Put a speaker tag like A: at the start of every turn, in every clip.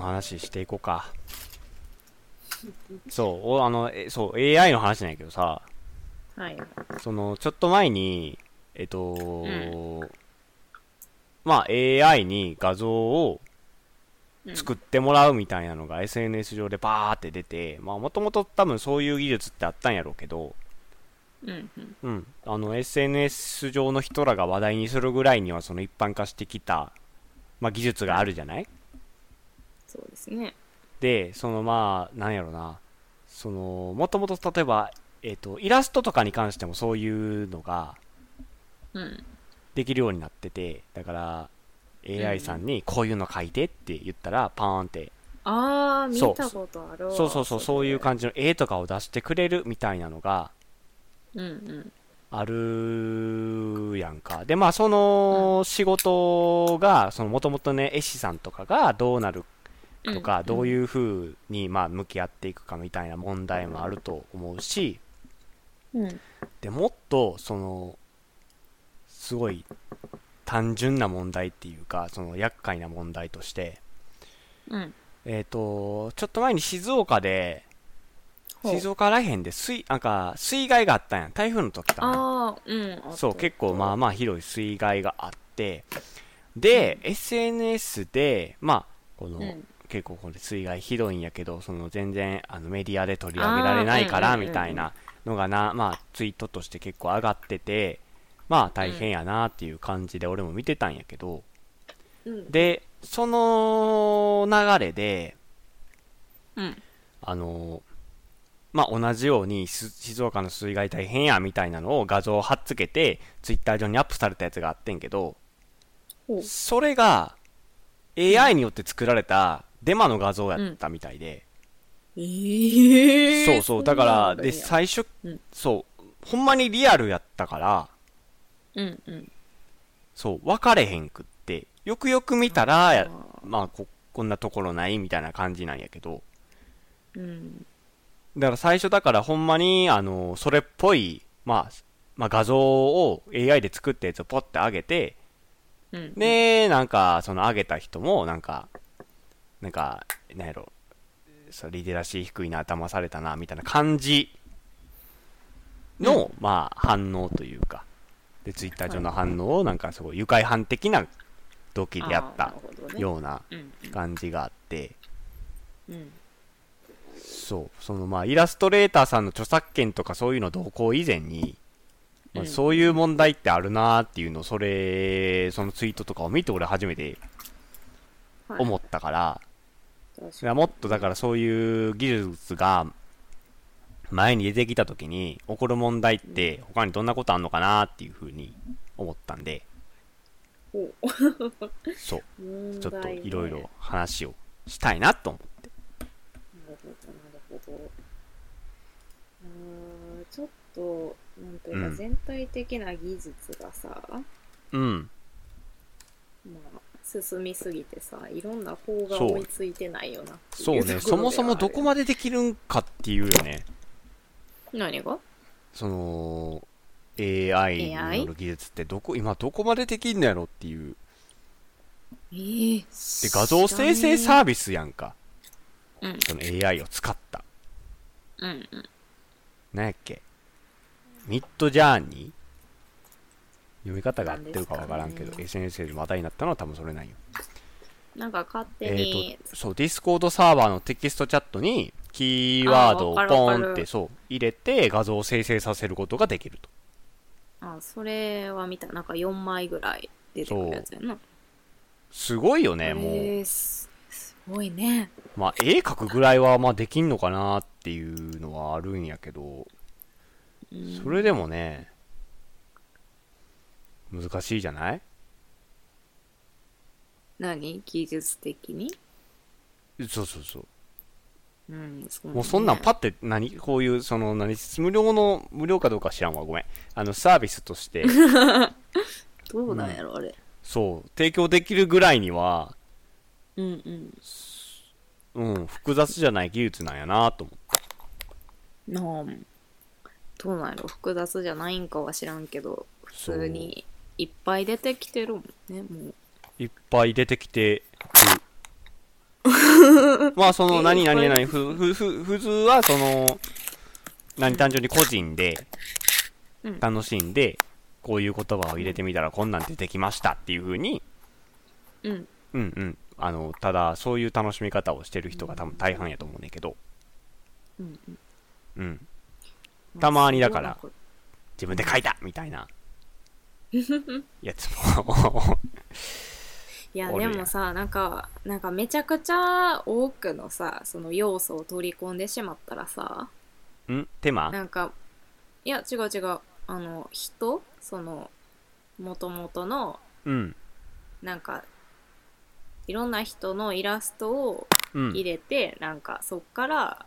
A: 話していこうか。そう、おあの、えそう、AI の話なんやけどさ、
B: はい。
A: その、ちょっと前に、えっと、
B: う
A: まあ、AI に画像を作ってもらうみたいなのが SNS 上でバーって出て、まあ、もともと多分そういう技術ってあったんやろうけど、
B: うんうん。
A: うん、あの SNS 上の人らが話題にするぐらいにはその一般化してきた、まあ、技術があるじゃない
B: そうですね。
A: でそのまあなんやろなそのもともと例えば、えっとイラストとかに関してもそういうのが
B: うん。
A: できるようになっててだから
B: ん
A: AI さんにこういうの書いてって言ったらパーンって、
B: ああ、見
A: そう
B: たことあるわ。
A: そうそうそうそういう感じの絵とかを出してくれるみたいなのが
B: じ。うん
A: あるやんかでまあその仕事がもともとね絵師さんとかがどうなる
B: うん。
A: とか、
B: ん
A: どういうふうにまあ向き合っていくかみたいな問題もあると思うし、
B: うん。
A: でもっとそのすごい単純な問題っていうかその厄介な問題として
B: うん。
A: えっ、とちょっと前に静岡で
B: ほう
A: 静岡らへんで水なんか水害があったんや台風の時かな
B: ああ、うん。
A: そう結構まあ
B: あ。
A: まあ広い水害があってで、SNS でまあこの、
B: うん。
A: 結構これ水害ひどいんやけどその全然あのメディアで取り上げられないか
B: あ
A: ら
B: ーうんうんうん
A: みたいなのがな、まあ、ツイートとして結構上がっててまあ大変やなっていう感じで俺も見てたんやけど
B: うん。
A: でその流れで
B: うん。
A: あのまあ同じようにす静岡の水害大変やみたいなのを画像を貼っつけてツイッター上にアップされたやつがあってんけど
B: ほう
A: それが AI によって作られたデマの画像やったみたいで、
B: ええ。
A: そうそう、だから、
B: で
A: で、最初、
B: うん
A: そう、ほんまにリアルやったから、
B: うんうん。
A: そう、分かれへんくって、よくよく見たら、や
B: あ
A: まあこ、こんなところないみたいな感じなんやけど、
B: うん。
A: だから最初だからほんまに、あの、それっぽい、まあ、まあ画像を AI で作ったやつをポッて上げて、
B: うん。
A: で、なんか、その上げた人も、なんか、なんか、なんやろ、そうリテラシー低いな、騙されたな、みたいな感じの、まあ、反応というか、で、ツイッター上の反応を、なんか、すごい愉快犯的な動機でやっ
B: あー
A: た
B: なるほどね
A: ような
B: うん
A: 感じがあって、
B: うん。
A: そう、その、まあ、イラストレーターさんの著作権とかそういうの動向以前に、まあ、
B: うん
A: そういう問題ってあるなーっていうのを、それ、そのツイートとかを見て、俺初めて
B: はい
A: 思ったから、
B: 確
A: い
B: か
A: やもっとだからそういう技術が前に出てきた時に起こる問題って他にどんなことあんのかなっていうふうに思ったんで
B: に
A: そう
B: 問
A: ちょ
B: 題
A: っと
B: ね
A: いろいろ話をしたいなと思って
B: なるほど、なるほど。あーちょっと、なんという
A: う
B: か、
A: ん
B: 全体的な技術がさ、
A: うん
B: まあ、進みすぎてさ、いろんな法が
A: そう
B: 追いついてないよなってい
A: そう
B: ところ
A: ねそもそもどこ
B: では
A: までできるんかっていうよね
B: ある何が
A: その AI による技術ってどこ今どこまでできんのやろっていう
B: えー、
A: で画像生成
B: 知らね
A: サービスやんか
B: うん
A: その AI を使った
B: えうんうん。
A: なんやっけミッドジャーニー読み方が合ってるかわからんけ
B: なん
A: ど、
B: ですかね
A: SNS で話題になったのは多分それなんよ。
B: なんか勝手
A: えっ、
B: に、
A: と、そう、ディスコードサーバーのテキストチャットに、キーワードを
B: あわかる
A: ポ
B: わかる
A: ンって、そう、入れて画像を生成させることができると。
B: あ、それは見た、なんか4枚ぐらい出てくるやつやな。
A: すごいよね、
B: え
A: も
B: ーすすごいね。
A: う。まあ、絵描くぐらいは、まあ、できんのかなっていうのはあるんやけど、
B: うん
A: それでもね、難しいじゃない
B: 何技術的に
A: そうそうそう。
B: うん、そうね
A: もうそんなんパって何こういうその何無料の無料かどうか知らんわごめんあのサービスとして
B: どうなんやろ、あれ。
A: そう提供できるぐらいには
B: うんうん。
A: うん複雑じゃない技術なんやなと思って
B: なあどうなんやろ複雑じゃないんかは知らんけど、普通にいっぱい出てきてるもんね、もう。
A: いっぱい出てきてまあそ
B: え
A: の
B: ー
A: 何
B: こ
A: 何
B: れ
A: 何ふふふ普通はその何単純に個人で
B: うん
A: 楽しんでこういう言葉を入れてみたらこんなん出てきましたっていう風に
B: うん
A: うんうんあのただそういう楽しみ方をしてる人が多分大半やと思うねんけど
B: うん
A: うんたまにだから自分で書いたみたいなやつも
B: いや
A: おる
B: で
A: やん
B: もさなんかなんかめちゃくちゃ多くのさその要素を取り込んでしまったらさ
A: ん手間
B: なんかいや違う違うあの人そのもともとの
A: うん
B: なんかいろんな人のイラストを
A: うんうん
B: 入れて、なんかそっから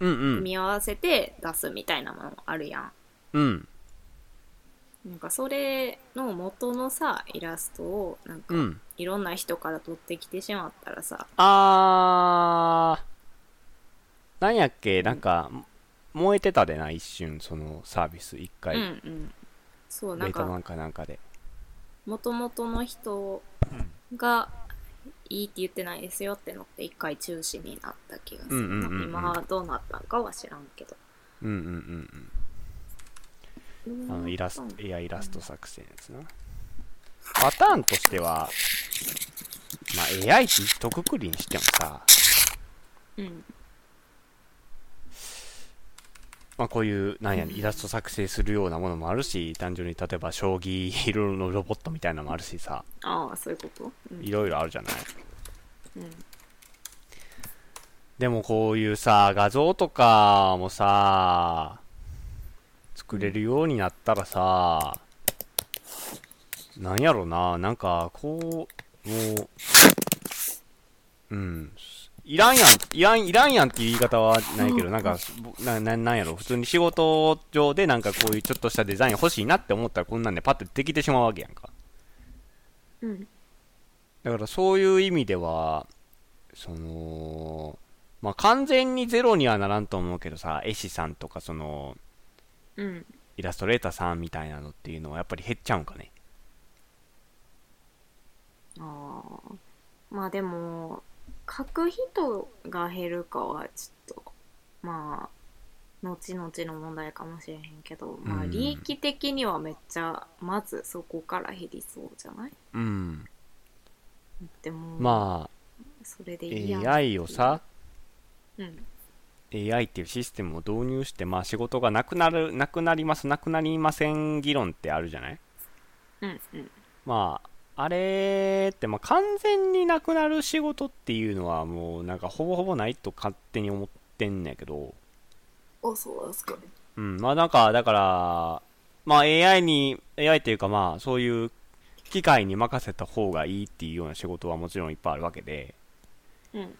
A: うん
B: 見合わせて出すみたいなものあるやん。
A: うん
B: なんかそれの元のさイラストをなんか
A: うん
B: いろんな人から取ってきてしまったらさ、
A: あー、なんやっけ、なんか、燃えてたでな、一瞬、そのサービス、一
B: う
A: 回、
B: んうんそうな
A: ベ
B: ん
A: ータ
B: か
A: なんかなんかで。
B: もともとの人がいいって言ってないですよってのって一回中止になった気がするな、
A: うんうんうんうん
B: 今はどうなったんかは知らんけど
A: うんうんうんうん。あの、イラスト、いや、イラスト作戦ですな。パターンとしては、まあ、AI って一括りにしてもさ、
B: うん
A: まあ、こういう、なんや、イラスト作成するようなものもあるし、単純に例えば、将棋、いろいろのロボットみたいなのもあるしさ、
B: ああそういうことうん
A: いろいろあるじゃない。
B: うん
A: でもこういうさ、画像とかもさ、作れるようになったらさ、なんやろな、なんか、こう、もう、うん、いらんやん、いらん、いらんやんっていう言い方はないけど、なんか、ぼな、ななんやろ、普通に仕事上でなんかこういうちょっとしたデザイン欲しいなって思ったらこんなんでパッとできてしまうわけやんか。
B: うん
A: だからそういう意味では、その、まあ、完全にゼロにはならんと思うけどさ、絵師さんとか、その、
B: うん
A: イラストレーターさんみたいなのっていうのはやっぱり減っちゃうんかね。
B: ああまあでも書く人が減るかはちょっとまあ後々の問題かもしれへんけど、まあ
A: うん
B: 利益的にはめっちゃまずそこから減りそうじゃない
A: うん。
B: でも
A: ま
B: それでいいやん
A: あ、AI をさ、
B: うん、
A: AI っていうシステムを導入して、まあ、仕事がなくなる、なくなります、なくなりません議論ってあるじゃない
B: うん、うん。
A: まあ、あれって、まあ、完全になくなる仕事っていうのはもう、なんかほぼほぼないと勝手に思ってんねんけど、
B: あ、そうですか。
A: うん、まあなんか、だから、まあ AI に、AI っていうかまあそういう機械に任せた方がいいっていうような仕事はもちろんいっぱいあるわけで、
B: うん、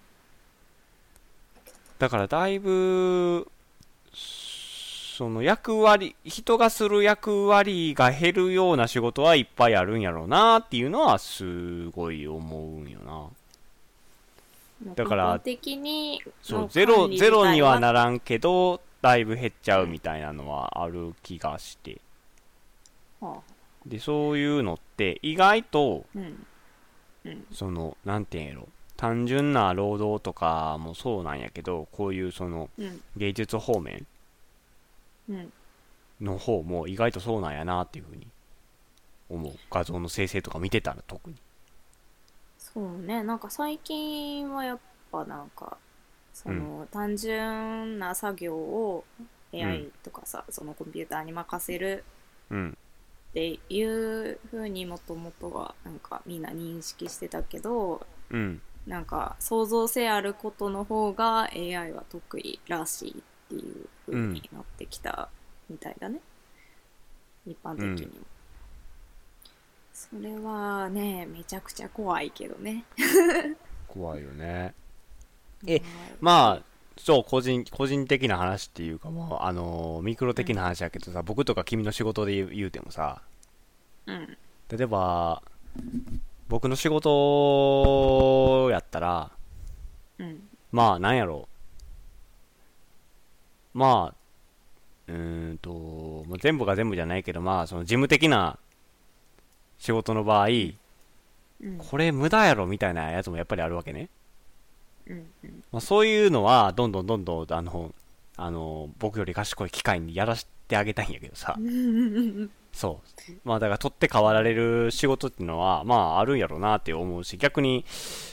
A: だからだいぶ、その役割、人がする役割が減るような仕事はいっぱいあるんやろうなっていうのはすごい思うんよな。だから
B: 根本的に
A: そう
B: の
A: ゼロ、
B: 管理
A: ゼロには
B: 自体
A: ならんけど、だいぶ減っちゃうみたいなのはある気がして。
B: はあ
A: で、そういうのって意外と、
B: うん、うん、
A: そのなんていうんやろ単純な労働とかもそうなんやけどこういうその
B: うん、
A: 芸術方面
B: うん。
A: の方も意外とそうなんやなっていうふうに思う画像の生成とか見てたら特に
B: そうね、なんか最近はやっぱなんか、その、単純な作業を
A: う
B: AI とかさ、そのコンピューターに任せる
A: うん
B: っていうふうにもともとはなんかみんな認識してたけど、
A: うん
B: なんか創造性あることの方が AI は得意らしいっていう風になってきたみたいだね、一般的にも、それはねめちゃくちゃ怖いけどね
A: 怖いよねえ
B: 怖い
A: まあそう個人個人的な話っていうかまああのミクロ的な話やけどさ、僕とか君の仕事で言う言うてもさ
B: うん
A: 例えば僕の仕事やったら
B: うん
A: まあ、なんやろう。まあ、うーんと、まあ、全部が全部じゃないけど、まあ、その事務的な仕事の場合、
B: うん
A: これ無駄やろみたいなやつもやっぱりあるわけね。
B: うんうん
A: まあ、そういうのは、どんどんどんどん、あの、あの、僕より賢い機械にやらせてあげたいんやけど さ。そう。まあだから取って代わられる仕事っていうのは、まああるんやろうなって思うし、逆に、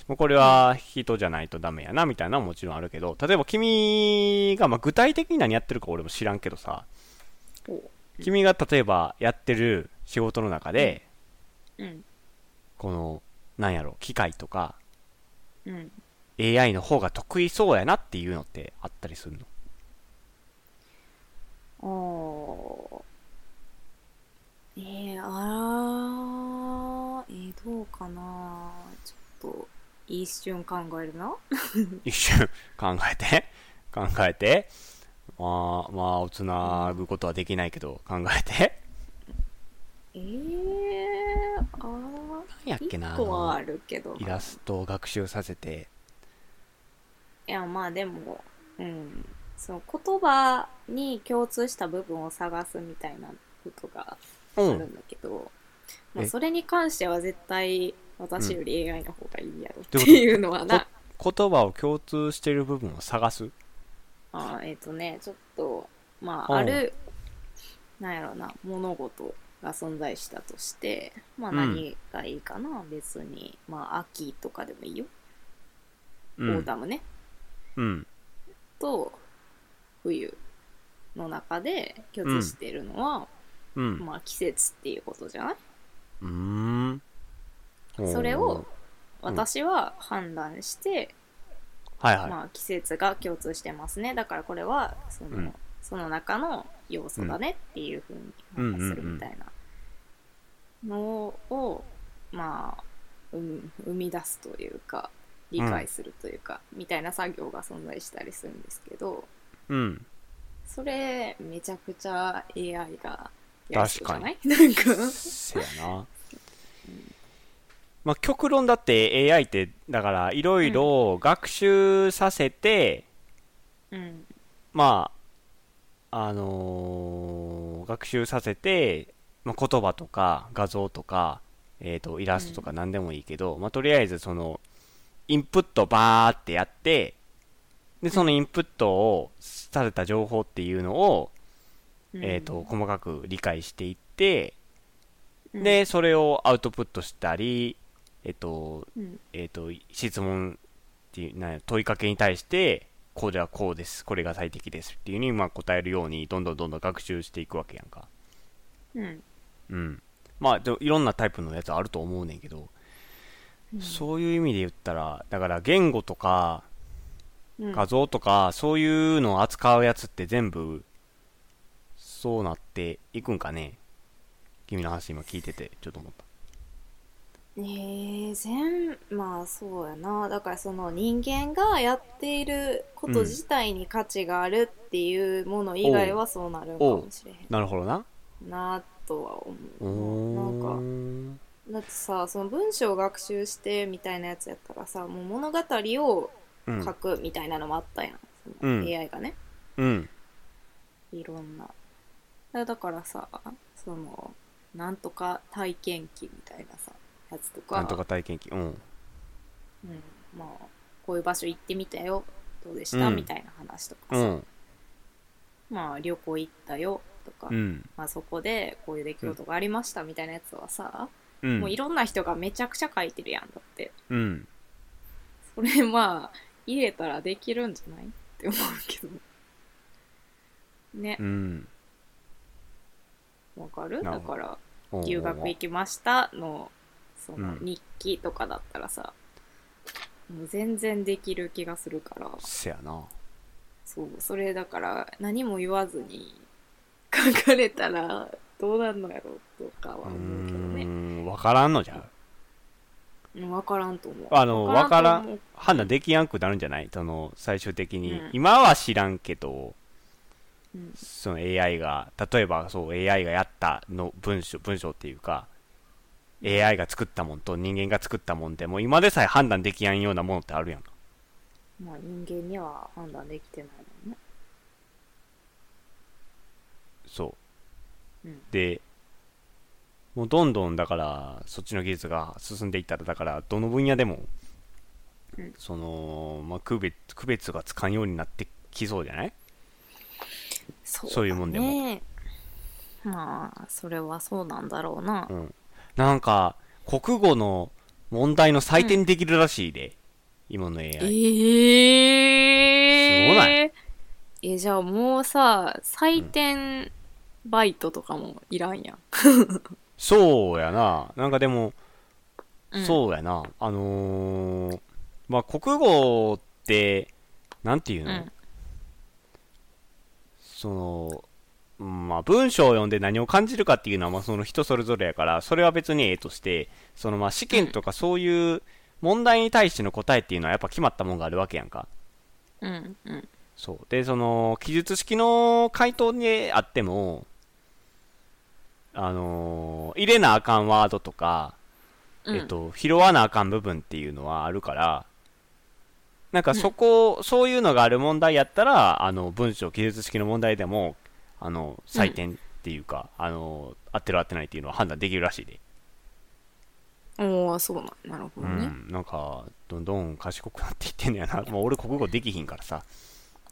A: もうこれは人じゃないとダメやなみたいなのももちろんあるけど、例えば君が、まあ具体的に何やってるか俺も知らんけどさ、
B: こ
A: 君が例えばやってる仕事の中で、
B: ううん
A: この、なんやろ、機械とか
B: うん
A: AI の方が得意そうやなっていうのってあったりするの
B: あーえー、あーえー、どうかなちょっと一瞬考えるな
A: 一瞬考えて、考えて、まあ、まあ、をつなぐことはできないけど、考えて。
B: えー、あー
A: 何やっけな
B: 一個は
A: あ
B: あるけど
A: のイラストを学習させて、
B: いやまあでもうんその言葉に共通した部分を探すみたいなことがあ
A: う
B: る
A: ん。
B: んだけど、まあ、
A: え
B: それに関しては絶対私より AI の方がいいやろっ
A: どういうこと
B: ていうのはな、
A: 言葉を共通してる部分を探す。
B: あーえっ、とねちょっとま
A: うん
B: ああるなんやろな物事が存在したとしてまあ
A: うん
B: 何がいいかな、別にまあ秋とかでもいいよ、
A: う
B: オー
A: ん。
B: タムね
A: うん。
B: と冬の中で共通してるのは、
A: うん。
B: まあ季節っていうことじゃない、
A: うーん。
B: それを
A: ん
B: 私は判断して、
A: おー、はいはい。
B: まあ季節が共通してますねだからこれはその,、
A: うん
B: その中の要素だねっていうふうに判断するみたいなのをまあ、うん、生み出すというか理解するというか、みたいな作業が存在したりするんですけど
A: うん。
B: それめちゃくちゃ AI がやるじゃないなんか
A: せやな。まあ、極論だって AI って、だから、いろいろ学習させて、
B: うん
A: まあ、あのー学習させて、まあ、言葉とか画像とか、えー、とイラストとか何でもいいけど、まあ、とりあえずそのインプットバーってやってでそのインプットをされた情報っていうのを、
B: うん
A: えー、と細かく理解していって
B: うん
A: でそれをアウトプットしたり、えっと
B: うん
A: えー、と質問っていうなんや問いかけに対してこうではこうですこれが最適ですっていうふうにまあ答えるようにどんどんどんどん学習していくわけやんか
B: うん
A: うんまあでもいろんなタイプのやつあると思うねんけど、
B: うん
A: そういう意味で言ったらだから言語とか
B: うん
A: 画像とか、そういうのを扱うやつって全部そうなっていくんかね君の話今聞いててちょっと思った
B: えー、全まあそうやなだからその人間がやっていること自体に価値があるっていうもの以外はそうなるんかもしれへん
A: なるほどな
B: なとは思
A: お
B: うな
A: ー
B: んかだってさその文章を学習してみたいなやつやったらさもう物語を
A: うん
B: 書くみたいなのもあったやん、そ
A: うん
B: の AI がね
A: うん
B: いろんなだだからさそのなんとか体験記みたいなさやつとか
A: なんとか体験記うん
B: うん、まあこういう場所行ってみたよどうでした、
A: うん
B: みたいな話とか
A: う
B: さ、
A: ん
B: まあ旅行行ったよとか、
A: うん
B: まあ、そこでこういう出来事がありましたみたいなやつはさ、
A: うん
B: もういろんな人がめちゃくちゃ書いてるやんだって
A: うん
B: それまあ入れたらできるんじゃないって思うけどね
A: うん
B: わかる
A: なるほ
B: だから
A: おうおうおう
B: 留学行きましたのそうの
A: ん
B: 日記とかだったらさ、もう全然できる気がするから
A: せやな
B: そう、それだから何も言わずに 書かれたらどうなんのやろうとかは
A: うー
B: 思うけどね。
A: ん分からんのじゃん
B: うんわからんと思う。
A: あの
B: わと思う
A: 判断できやんくなるんじゃないその最終的に、
B: うん
A: 今は知らんけど
B: うん
A: その AI が例えばそう AI がやったの文章文章っていうか AI が作ったもんと人間が作ったもんでもう今でさえ判断できやんようなものってあるやんか
B: まあ人間には判断できてないもんね。
A: そう
B: うん
A: でもうどんどんだからそっちの技術が進んでいったらだからどの分野でも
B: うん
A: その、まあ、区別区別がつかんようになってきそうじゃない
B: そ
A: そういうもんでも
B: ねまあそれはそうなんだろうな、
A: うん、なんか国語の問題の採点できるらしいで、今の AI
B: ええ
A: すごな
B: えじゃあもうさ採点バイトとかもいらんやん、
A: そうやななんかでも、
B: うん
A: そうやなあのーまあ国語ってなんていう
B: う
A: の、
B: ん
A: そのうんまあ、文章を読んで何を感じるかっていうのはまあその人それぞれやからそれは別にええとしてそのまあ試験とかそういう問題に対しての答えっていうのはやっぱ決まったもんがあるわけやんか
B: うんうん
A: そうでその記述式の回答にあってもあのー入れなあかんワードとか、
B: うん
A: えっと、拾わなあかん部分っていうのはあるからなんかそこ、そういうのがある問題やったらあの文章記述式の問題でもあの採点っていうか、あの合ってる合ってないっていうのは判断できるらしいで、
B: おおそうなんなるほ
A: う
B: どね、
A: ん、なんかどんどん賢くなっていってんのやな、まあ、俺国語できひんからさ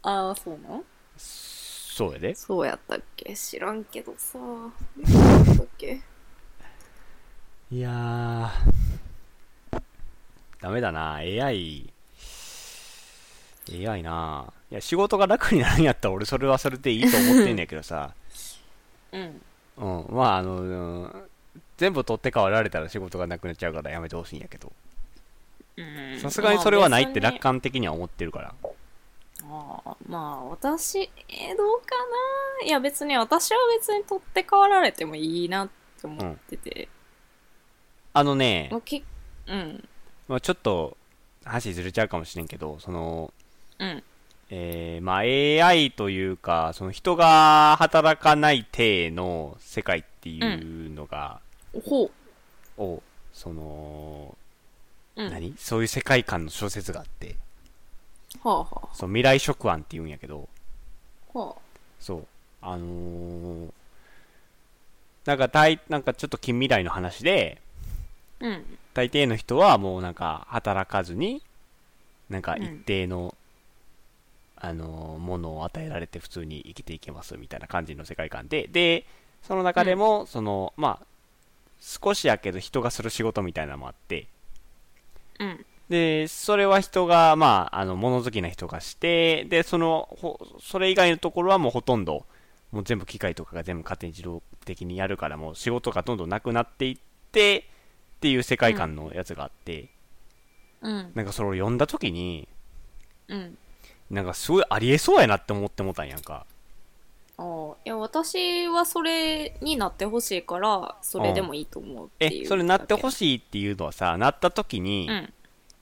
B: ああそうなん
A: そうやで
B: そうやったっけ知らんけどさそうやったっけ
A: いやー、ダメだな、AI、AI な、いや仕事が楽になるんやったら、俺、それはそれでいいと思ってんねんけどさ、
B: うん
A: うん、まあ、あの、うん全部取って代わられたら仕事がなくなっちゃうからやめてほしいんやけど、
B: うん
A: さすがにそれはないって
B: まあ
A: 楽観的には思ってるから、
B: ああまあ私えーどうかないや別に私は別に取って代わられてもいいなって思ってて、
A: あのね
B: も、うけうん
A: まあ、ちょっと話ずれちゃうかもしれんけど、その、
B: うん
A: えーまあ、AI というか、その人が働かない体の世界っていうのが、
B: ほう
A: を、その、
B: うんは
A: 何そういう世界観の小説があって、
B: あはあ
A: そう未来食案って言うんやけど、
B: は
A: そう、あのーなんか大、なんかちょっと近未来の話で、
B: あうん
A: 大抵の人はもうなんか働かずに、なんか
B: うん
A: 一定の、あのーものを与えられて普通に生きていけますみたいな感じの世界観で、で、その中でも、その、まあ、少しやけど人がする仕事みたいなのもあって、
B: うん
A: で、それは人が、まあ、あの、物好きな人がして、で、その、ほそれ以外のところはもうほとんど、もう全部機械とかが全部勝手に自動的にやるから、もう仕事がどんどんなくなっていって、っていう世界観のやつがあって、
B: うん
A: なんかそれを読んだ時に、
B: うん
A: なんかすごいありえそうやなって思ってもうたんやんか。
B: ああいや私はそれになってほしいからそれでもいいと思うっていう
A: え、それなってほ
B: し
A: しいっていうのはさ、なった時に、
B: うん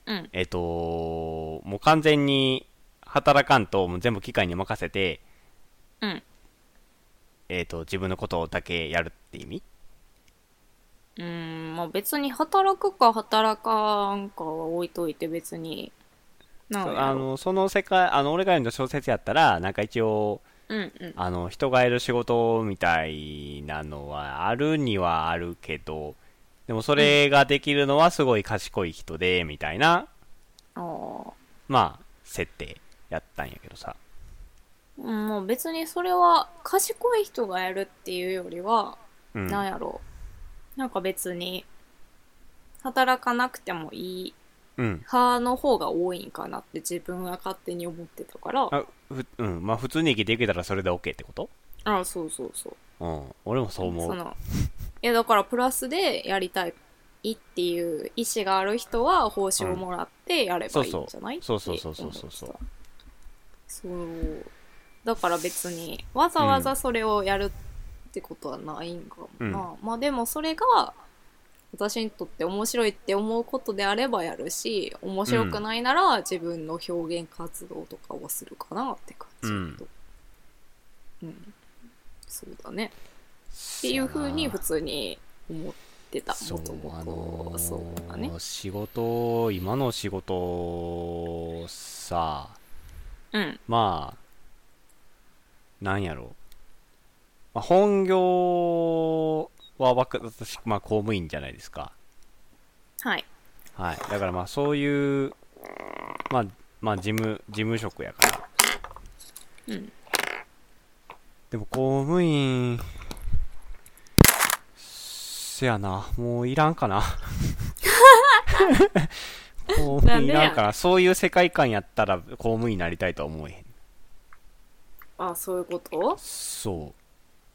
B: うん
A: えっと、もう完全に働かんと、もう全部機械に任せて、
B: うん
A: えっと、自分のことだけやるって意味
B: うーんまあ別に働くか働かんかは置いといて別になん
A: あ
B: やろ
A: のその世界あの俺が読んだ小説やったらなんか一応
B: うんうん
A: あの人がいる仕事みたいなのはあるにはあるけどでもそれができるのはすごい賢い人でみたいな、
B: ああ
A: まあ設定やったんやけどさ
B: うんもう別にそれは賢い人がやるっていうよりは、
A: うん
B: なんやろうなんか別に働かなくてもいい
A: うん
B: 派の方が多いんかなって自分は勝手に思ってたから
A: あふうんまあ普通に生きていけたらそれで OK ってこと
B: あそうそうそう
A: うん俺もそう思
B: そうのいやだからプラスでやりたいっていう意思がある人は報酬をもらってやればいいんじゃない、
A: そうそうそうそうそうそうそう
B: って思ってたそうだから別にわざわざそれをやるってことはないんかもな、まあでもそれが私にとって面白いって思うことであればやるし面白くないなら自分の表現活動とかをするかなって感じだとうん、そうだねっていうふうに普通に思ってた
A: そ
B: も
A: う
B: と
A: あの
B: もと
A: ー
B: そうだね
A: 仕事今の仕事さ
B: うん
A: まあなんやろう、まあ、本業はわか私、まあ、公務員じゃないですか
B: はい
A: はいだからまあそういうまあ、まあ、事務、事務職やから。
B: うん。
A: でも、公務員、せやな、もういらん かな。公務員いらんかな。そういう世界観やったら公務員になりたいとは思えへん。
B: あ、そういうこと
A: そ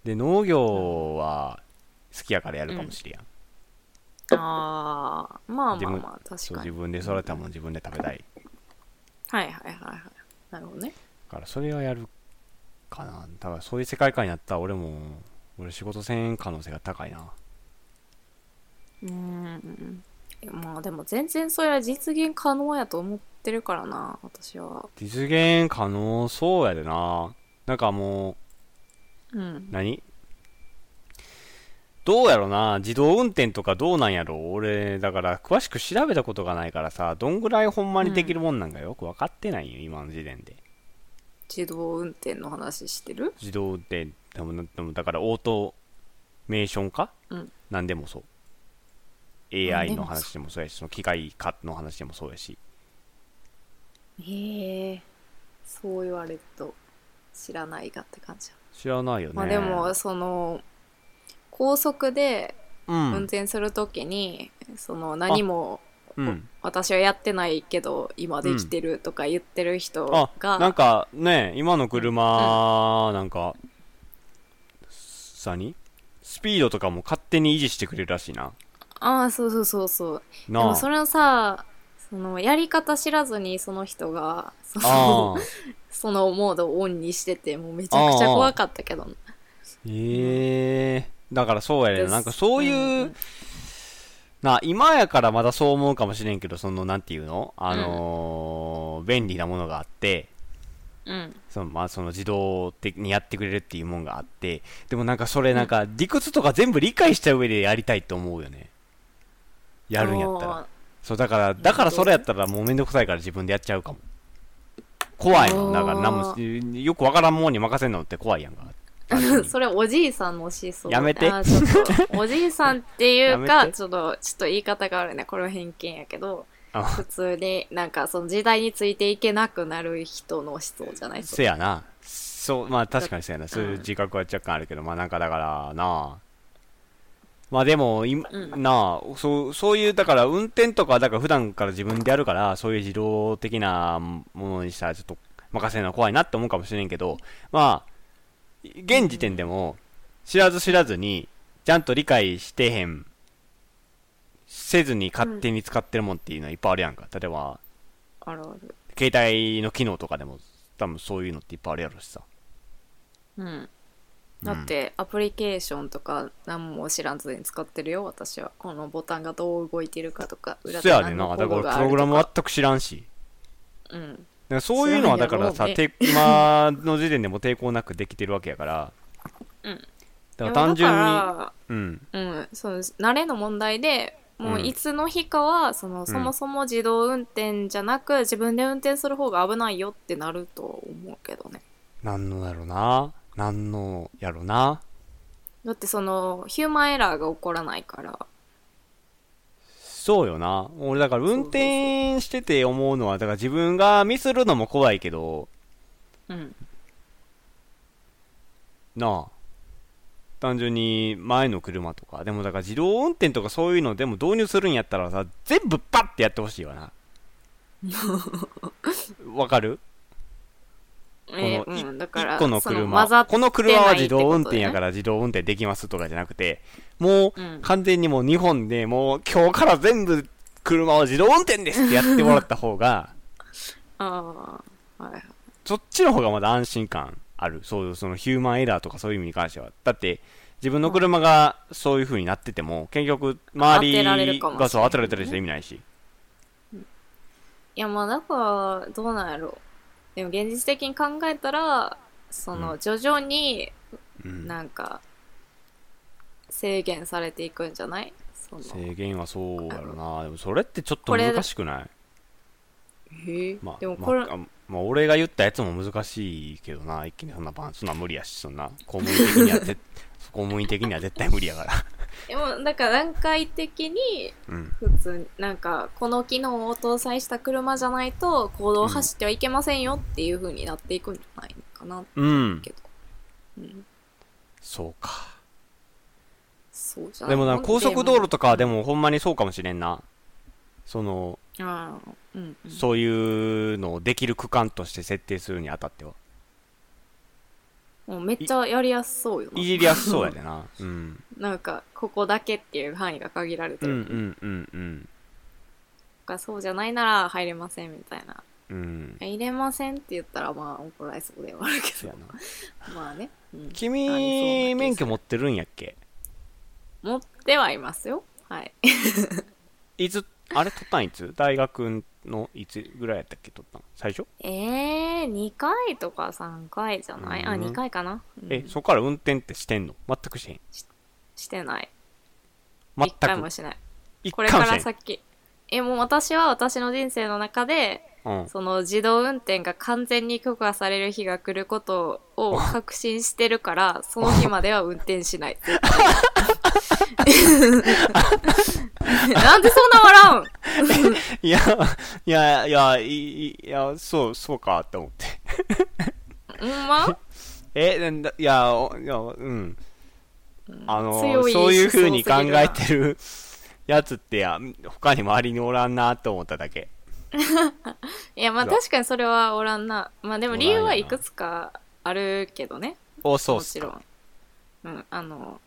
A: う。で、農業は好きやからやるかもしれん。
B: ああ、まあ
A: 自
B: まあ
A: 分
B: まあ、確
A: そう、
B: か
A: 自
B: に。
A: 分で育てたもの自分で食べたい。
B: はいはいはいはい。なるほどね。
A: だからそれはやるかなだからそういう世界観やったら俺も俺仕事せん可能性が高いな
B: うーん。いやまあでも全然それは実現可能やと思ってるからな、私は。
A: 実現可能そうやでななんかも
B: うん
A: う。何どうやろな自動運転とかどうなんやろ俺だから詳しく調べたことがないからさどんぐらいほんまにできるもんなんかよく分かってないよ今の時点で
B: 自動運転の話してる
A: 自動運転でもなでもだからオートメーション化、
B: うん
A: 何でもそう
B: 何
A: AI
B: でもそう
A: の話でもそうやしその機械化の話でもそうやし
B: へえ、そう言われると知らないがって感じや。
A: 知らないよね。
B: まあでも、その、高速で
A: う
B: 運
A: ん。
B: 転するときに、その何も
A: うん、
B: 私はやってないけど今できてるとか言ってる人
A: あ
B: が、
A: なんかね、今の車、なんか、さにスピードとかも勝手に維持してくれるらしいな。
B: ああそうそうそうそうで
A: な
B: も
A: あ。
B: それをさそのやり方知らずにその人がそ
A: あ
B: の
A: あ
B: そのモードをオンにしててもうめちゃくちゃ怖かったけど
A: ええだからそうやね
B: で
A: ん。
B: す
A: なんかそういう、
B: うんうん
A: な、今やからまだそう思うかもしれんけど、その、なんていうのあのー便利なものがあって、
B: うん
A: そのまあ、その自動的にやってくれるっていうもんがあって、でもなんかそれなんか理屈とか全部理解した上でやりたいと思うよね。やるんやったら。
B: あ
A: そう、だから、だからそれやったらもうめんどくさいから自分でやっちゃうかも。怖いもん。だから何
B: あ
A: も、よくわからんもんに任せんのって怖いやんか。
B: ーそれおじいさんの思想
A: やめて
B: あーち ょっとおじいさんっていう
A: や
B: か
A: めて
B: ちょっとちょっと言い方があるねこれは偏見やけど
A: あ
B: 普通になんかその時代についていけなくなる人の思想じゃない
A: せやな。そう、まあ確かにそうやな。そういう自覚は若干あるけど、まあなんかだからなまあでも、今、
B: うん
A: なあ、そう、そういう、だから運転とか、だから普段から自分でやるから、そういう自動的なものにしたらちょっと任せるのは怖いなって思うかもしれんけど、まあ、現時点でも、知らず知らずに、ちゃんと理解してへん、せずに勝手に使ってるもんっていうのはいっぱいあるやんか。例えば、
B: あるある
A: 携帯の機能とかでも、多分そういうのっていっぱいあるやろしさ。
B: うんだってアプリケーションとか何も知らずに使ってるよ私はこのボタンがどう動いてるかとか
A: うん、
B: 裏
A: そ
B: で
A: やね
B: 何
A: んな。
B: の
A: だか
B: コード
A: らプ
B: があ
A: ロ
B: る
A: グラ
B: と
A: ム全
B: か
A: く知らんし。
B: うん
A: だからそういうのはだ
B: そうなんや
A: か
B: ろうね
A: らさ、て今の時点でも抵抗なくできてるわけやから。
B: うん
A: だから単純に
B: いや、だか
A: うん。
B: らうんその慣れの問題でもううんいつの日かは、そのそもそも自動運転じゃなく自分で運転する方が危ないよってなると思うけどね
A: なんのやろな。なんのやろな。
B: だってそのヒューマンエラーが起こらないから
A: そうよな。俺だから運転してて思うのは、だから自分がミスるのも怖いけど、
B: うん
A: なあ。単純に前の車とか。でもだから自動運転とかそういうのでも導入するんやったらさ、全部パッてやってほしいわ な。わかる
B: え
A: このい
B: ーうん、だから
A: 1個の
B: その
A: 車
B: 混ざって
A: この車は自動運
B: ないってこと
A: 転
B: ね
A: やから自動運転できますとかじゃなくてもう
B: うん
A: 完全にもう日本でもう今日から全部車は自動運転ですってやってもらった方が
B: ああはいはい
A: そっちの方がまだ安心感あるそういうそのヒューマンエラーとかそういう意味に関してはだって自分の車がそういう風になってても結局周
B: 当てられる
A: り
B: かもしれな
A: が
B: い
A: そう当てられたりして意味ないし
B: いやまあだからどうなんやろうでも現実的に考えたらその徐々に
A: うん
B: なんか制限されていくんじゃないその
A: 制限はそうやろなでもそれってちょっと
B: これ
A: 難しくない
B: へえ
A: まあ、
B: でもこれ、
A: まあ、まあ俺が言ったやつも難しいけど な、一気にそんなバン、そんな無理やし、そんな公務員的には絶公務員的には絶対無理やから。
B: でもだから段階的に
A: うん。
B: 普通になんかこの機能を搭載した車じゃないと行動を走ってはいけませんよっていう風になっていくんじゃないのかな
A: うん。
B: けど、うん、
A: そうか。
B: そうじゃ
A: でもな、高速道路とかはでもほんまにそうかもしれんな。その、
B: ああうん、うん、
A: そういうのをできる区間として設定するにあたっては。
B: もうめっちゃやりやすそうよ
A: いじりやすそうやでな。うん。
B: ななんかここだけっていう範囲が限られて
A: うんう
B: る、と
A: んうんうん。
B: かそうじゃないなら入れませんみたいな
A: うん。
B: 入れませんって言ったらまあ怒られそうではあるけ
A: そう
B: ど
A: やな。
B: まあね、うん、ありそう
A: 君、
B: な
A: 免許持ってるんやっけ
B: 持ってはいますよはい
A: いつ、あれ取ったんいつ大学のいつぐらいやったっけ取ったん最初
B: えー、2回とか3回じゃない、あ
A: うん
B: 2回かな、うん
A: え、そっから運転ってしてんの全くしてへん。
B: してない
A: 全
B: 1回
A: く
B: も。しない
A: 一
B: これから
A: してへん。
B: 先えもう私は私の人生の中で
A: うん。
B: その自動運転が完全に許可される日が来ることを確信してるからその日までは運転 しないなんでそんな笑うん
A: いや、いや、いや、いいいや、そう、そうかって思って。
B: うんま
A: え、なんだいや、おいや、うん。あの、
B: 強い
A: そういう風に考
B: 思想すぎるな
A: えてる やつってや、他に周りにおらんなって思っただけ。
B: いやまあ
A: ほら
B: 確かにそれはおらんなまあでも理由
A: おら
B: は
A: んよ
B: い
A: な
B: くつかあるけどね
A: お、そうっ
B: も
A: す
B: ち
A: か。
B: ろん。うん、あの、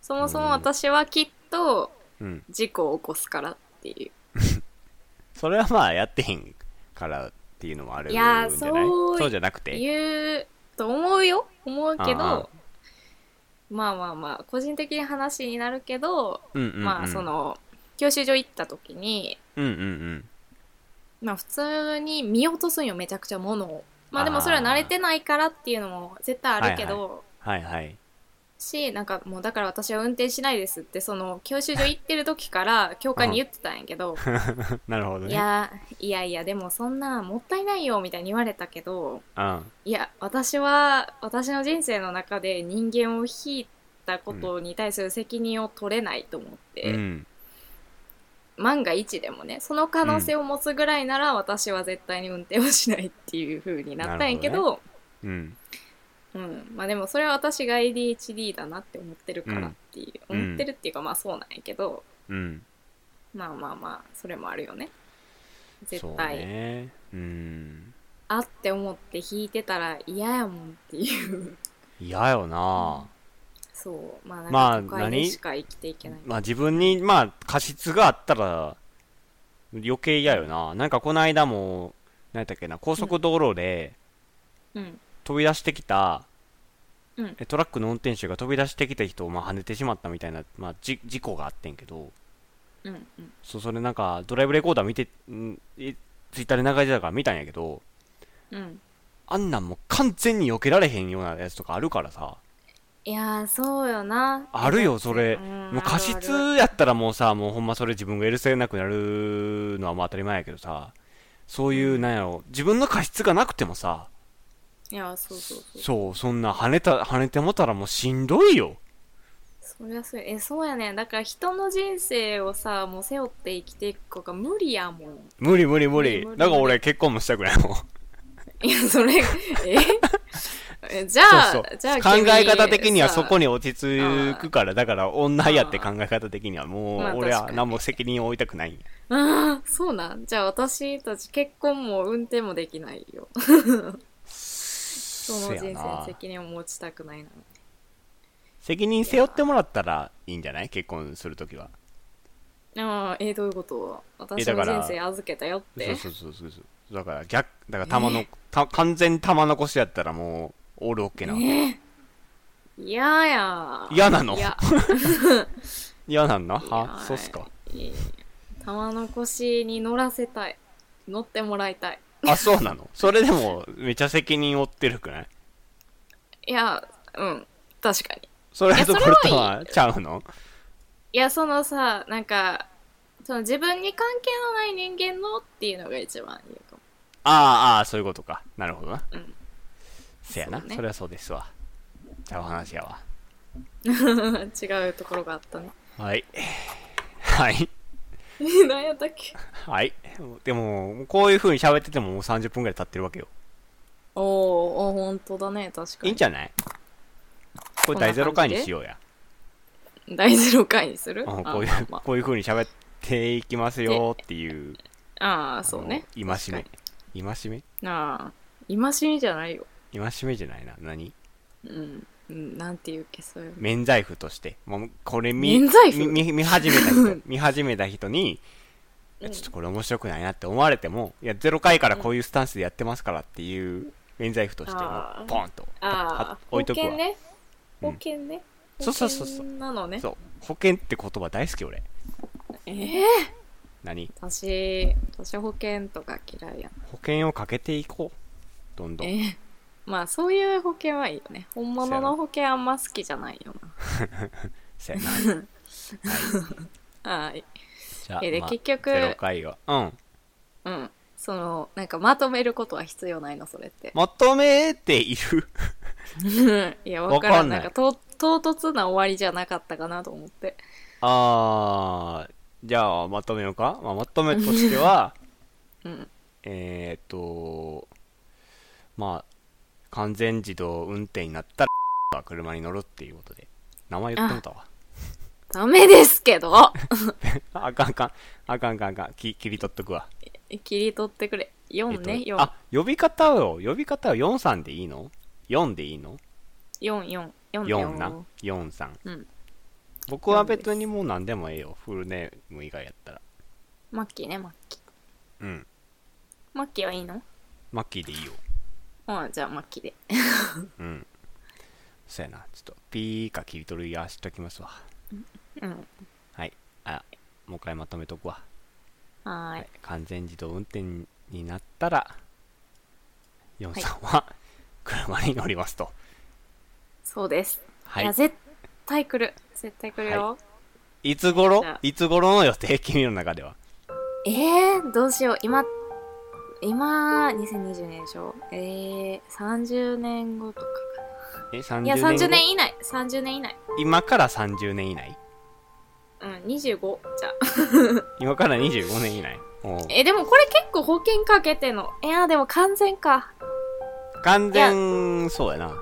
B: そもそも私はきっと
A: うん。
B: 事故を起こすからっていう。
A: それはまあ、やってへんからっていうのもあるん
B: い
A: じゃな
B: や
A: い
B: ーそう
A: そうじゃなくて。
B: 言うと思うよ思うけど
A: ああ
B: まあまあまあ個人的な話になるけど、
A: うんうん、うん。
B: まあそ、の教習所行った時に、
A: うんうんうん。
B: まあ、普通に見落とすんよめちゃくちゃ物を。まあでもそれは慣れてないからっていうのも絶対あるけど、
A: はいはい。
B: しなんかもうだから私は運転しないですってその教習所行ってる時から教官に言ってたんやけど、
A: なるほどね。
B: いやいやいやでもそんなもったいないよみたいに言われたけど
A: うん。
B: いや私は私の人生の中で人間を引いたことに対する責任を取れないと思って、
A: うん。
B: 万が一でもねその可能性を持つぐらいなら私は絶対に運転をしないっていう風になったんやけ
A: なる
B: ど
A: うん。
B: うん、まあでもそれは私が ADHD だなって思ってるからっていう、
A: うん
B: 思ってるっていうかまあそうなんやけど
A: うん。
B: まあまあまあそれもあるよね絶
A: そう
B: 対。
A: ね。うん。
B: あって思って弾いてたら嫌やもんって いう
A: 嫌よな、
B: そうま
A: ま
B: あな
A: あ
B: んか都会でしか生きていけない、
A: まあ自分に、まあ過失があったら余計嫌よな。なんかこの間も、何やったっけな、高速道路で
B: うん
A: 飛び出してきた、
B: うん
A: えトラックの運転手が飛び出してきた人をまあ跳ねてしまったみたいな、まあ、じ事故があってんけど、
B: うんうん
A: そうそれなんかドライブレコーダー見て、んえツイッターで流れてたから見たんやけど、
B: うん
A: あんなんもう完全に避けられへんようなやつとかあるからさ、
B: いやーそうよな
A: あるよそれ
B: ん
A: もう過失
B: あるある
A: やったらもうさもうほんまそれ自分が許せなくなるのはまあ当たり前やけどさそういうなんやろ自分の過失がなくてもさ
B: いやそうそうそう
A: そうそんな跳ねた跳ねてもたらもうしんどいよ
B: そりゃそうやえそうやねんだから人の人生をさもう背負って生きていく子が無理やもん
A: 無理無理無理
B: 無理無理
A: だから俺結婚もしたくないもん
B: いやそ れええじゃあ
A: そう
B: じゃ
A: そ
B: あ
A: う考え方的にはそこ
B: に
A: に落ち着くからだから女やって考え方的にはもう
B: まあ
A: 俺は
B: 確かに
A: 何も責任を負いたくないんや
B: ああそうなんじゃあ私たち結婚も運転もできないよその
A: そう
B: 人
A: や
B: 生に
A: な
B: 責任を持ちたくないな
A: 責任背負ってもらったらいいんじゃない結婚するときは
B: ああ、えー、どういうこと
A: え
B: 私
A: だ
B: の
A: から
B: 人生預けたよって。
A: そうそうそうそうそうだから逆だから玉の、た完全に玉残しやったらもうオールオッケーなわけ
B: 嫌やや。
A: 嫌なの
B: いや、
A: 嫌なんだ
B: い
A: は
B: や
A: そうっすか
B: いい玉の腰に乗らせたい。乗ってもらいたい。
A: あそうなのそれでもめちゃ責任負ってるくない
B: いや、うん、確かに。
A: それ
B: いや
A: と
B: そ
A: こ
B: れ
A: れ
B: はいい
A: とはちゃうの
B: いや、そのさ、なんか、その自分に関係のない人間のっていうのが一番いいかも。
A: あーあーそういうことかなるほどな、
B: うん
A: せやな
B: そ
A: そ,、
B: うね
A: れはそうですわちゃう話やわ
B: 違うところがあったね。
A: はい。はい。
B: え何やったっけ
A: はい。でも、こういう風に喋っててももう30分ぐらい経ってるわけよ。
B: おーおー、ほんとだね、確か
A: いいん
B: に。
A: じゃないこれ第0回にしようや。
B: 大ゼロ回にする
A: うん
B: あ
A: こうい
B: まあ
A: う、
B: まあ
A: こういう風に喋っていきますよっていう、
B: ああ、そうね。
A: あの戒め。戒め
B: なあ、今しみじゃないよ。
A: 戒めじゃないな。何
B: うん。うん、なんていうっけ、そういう。
A: 免罪符として。もうこれ見、
B: 免罪符
A: 見見見始めた 人、見始めた人に、いやちょっとこれ面白くないなって思われても、いや、0回からこういうスタンスでやってますからっていう免罪符としても
B: あー、
A: ポンと
B: ああ
A: は、置いとくわ
B: 保険ね。
A: うん
B: 保険ね。
A: そうそうそうそう
B: 保険なのね。
A: そう。保険って言葉大好き俺。
B: ええ
A: 何
B: 私、私保険とか嫌いやな。
A: 保険をかけていこう。どんどん。
B: ええまあ、そういう保険はいいよね。本物の保険あんま好きじゃないよ
A: せやな。
B: な。はい。
A: じゃあ、
B: えで
A: まあ、
B: 結局
A: 0回は。うん。
B: うん。その、なんかまとめることは必要ないの、それって。
A: まとめている。
B: いや、わから
A: わ
B: ん。
A: かんな
B: ないんかと、唐突な終わりじゃなかったかなと思って。
A: あー、じゃあ、まとめようか。まあ、まとめとしては、
B: うん。
A: えーっと、まあ、完全自動運転になったら、は車に乗るっていうことで。名前言ってもたわ。
B: ダメですけど
A: あかんあかん。あかんあかんあかん。き切り取っとくわ。
B: 切り取ってくれ。4ね、
A: えっと
B: 4。
A: あ、呼び方を、呼び方を4さんでいいの ?4 でいいの
B: 4、4。4
A: ?4 な。4さん。
B: うん。
A: 僕は別にもう何でもええよ。フルネーム以外やったら。
B: マッキーね、マッキー。
A: うん。
B: マッキーはいいの
A: マッキーでいいよ。
B: うん、じゃあマッキーで。
A: うん。そやな。ちょっと、ピーか切り取りやしときますわ。
B: うん。
A: はい。あ、もう一回まとめとくわ。
B: はー
A: はいい。。完全自動運転になったら、ヨンさんは、車に乗りますと。
B: そうです。
A: はい
B: や、
A: い。
B: 絶対来る。絶対来るよ。
A: いつ頃
B: じゃあ
A: いつ頃の予定君の中では。
B: えー、どうしよう。今、今、2020年でしょ。えー、30年後とか
A: え、
B: か
A: 30
B: な。
A: 年
B: いや、
A: 後
B: 30年以内。30年以内。
A: 今から30年以内
B: うん、25。じゃあ。
A: 今から25年以内おう
B: え、でもこれ結構保険かけてんの。いや、でも完全か。
A: 完全、そうやな。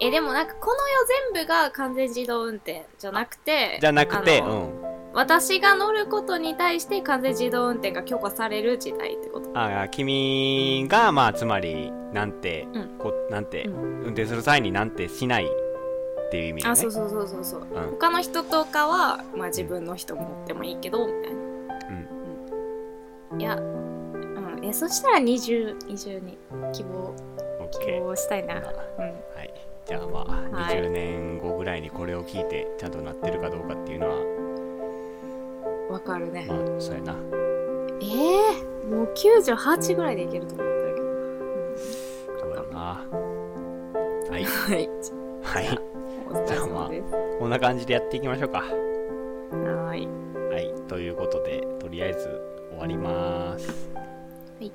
B: え、でもなんかこの世全部が完全自動運転じゃなくて、
A: じゃなくて、
B: あ
A: う
B: の
A: ん。
B: 私が乗ることに対して完全自動運転が許可される時代ってこと。
A: ああ、君が、まあ、つまり、なんて、
B: うん
A: こなんて、
B: う
A: 運転する際になんてしないっていう意味でね。
B: あ、そうそうそうそうそう。
A: うん
B: 他の人とかは、まあ自分の人持ってもいいけど、みたいな。うん。いや、うん。え、そしたら20、22、希望、
A: オッ
B: 希
A: ケー。
B: 望したいな。
A: まあ
B: うん。
A: はい。じゃあまあ、
B: はい
A: 20年後ぐらいにこれを聞いて、ちゃんとなってるかどうかっていうのは、
B: わかるね。
A: まあ、そうやな。
B: えー、もう98ぐらいでいけると思ったけど。
A: そうやな。 はい。
B: はい。
A: はい。
B: お疲れ様です。
A: こんな感じでやっていきましょうか。
B: はーい。
A: はい。ということで、とりあえず終わります。
B: はい。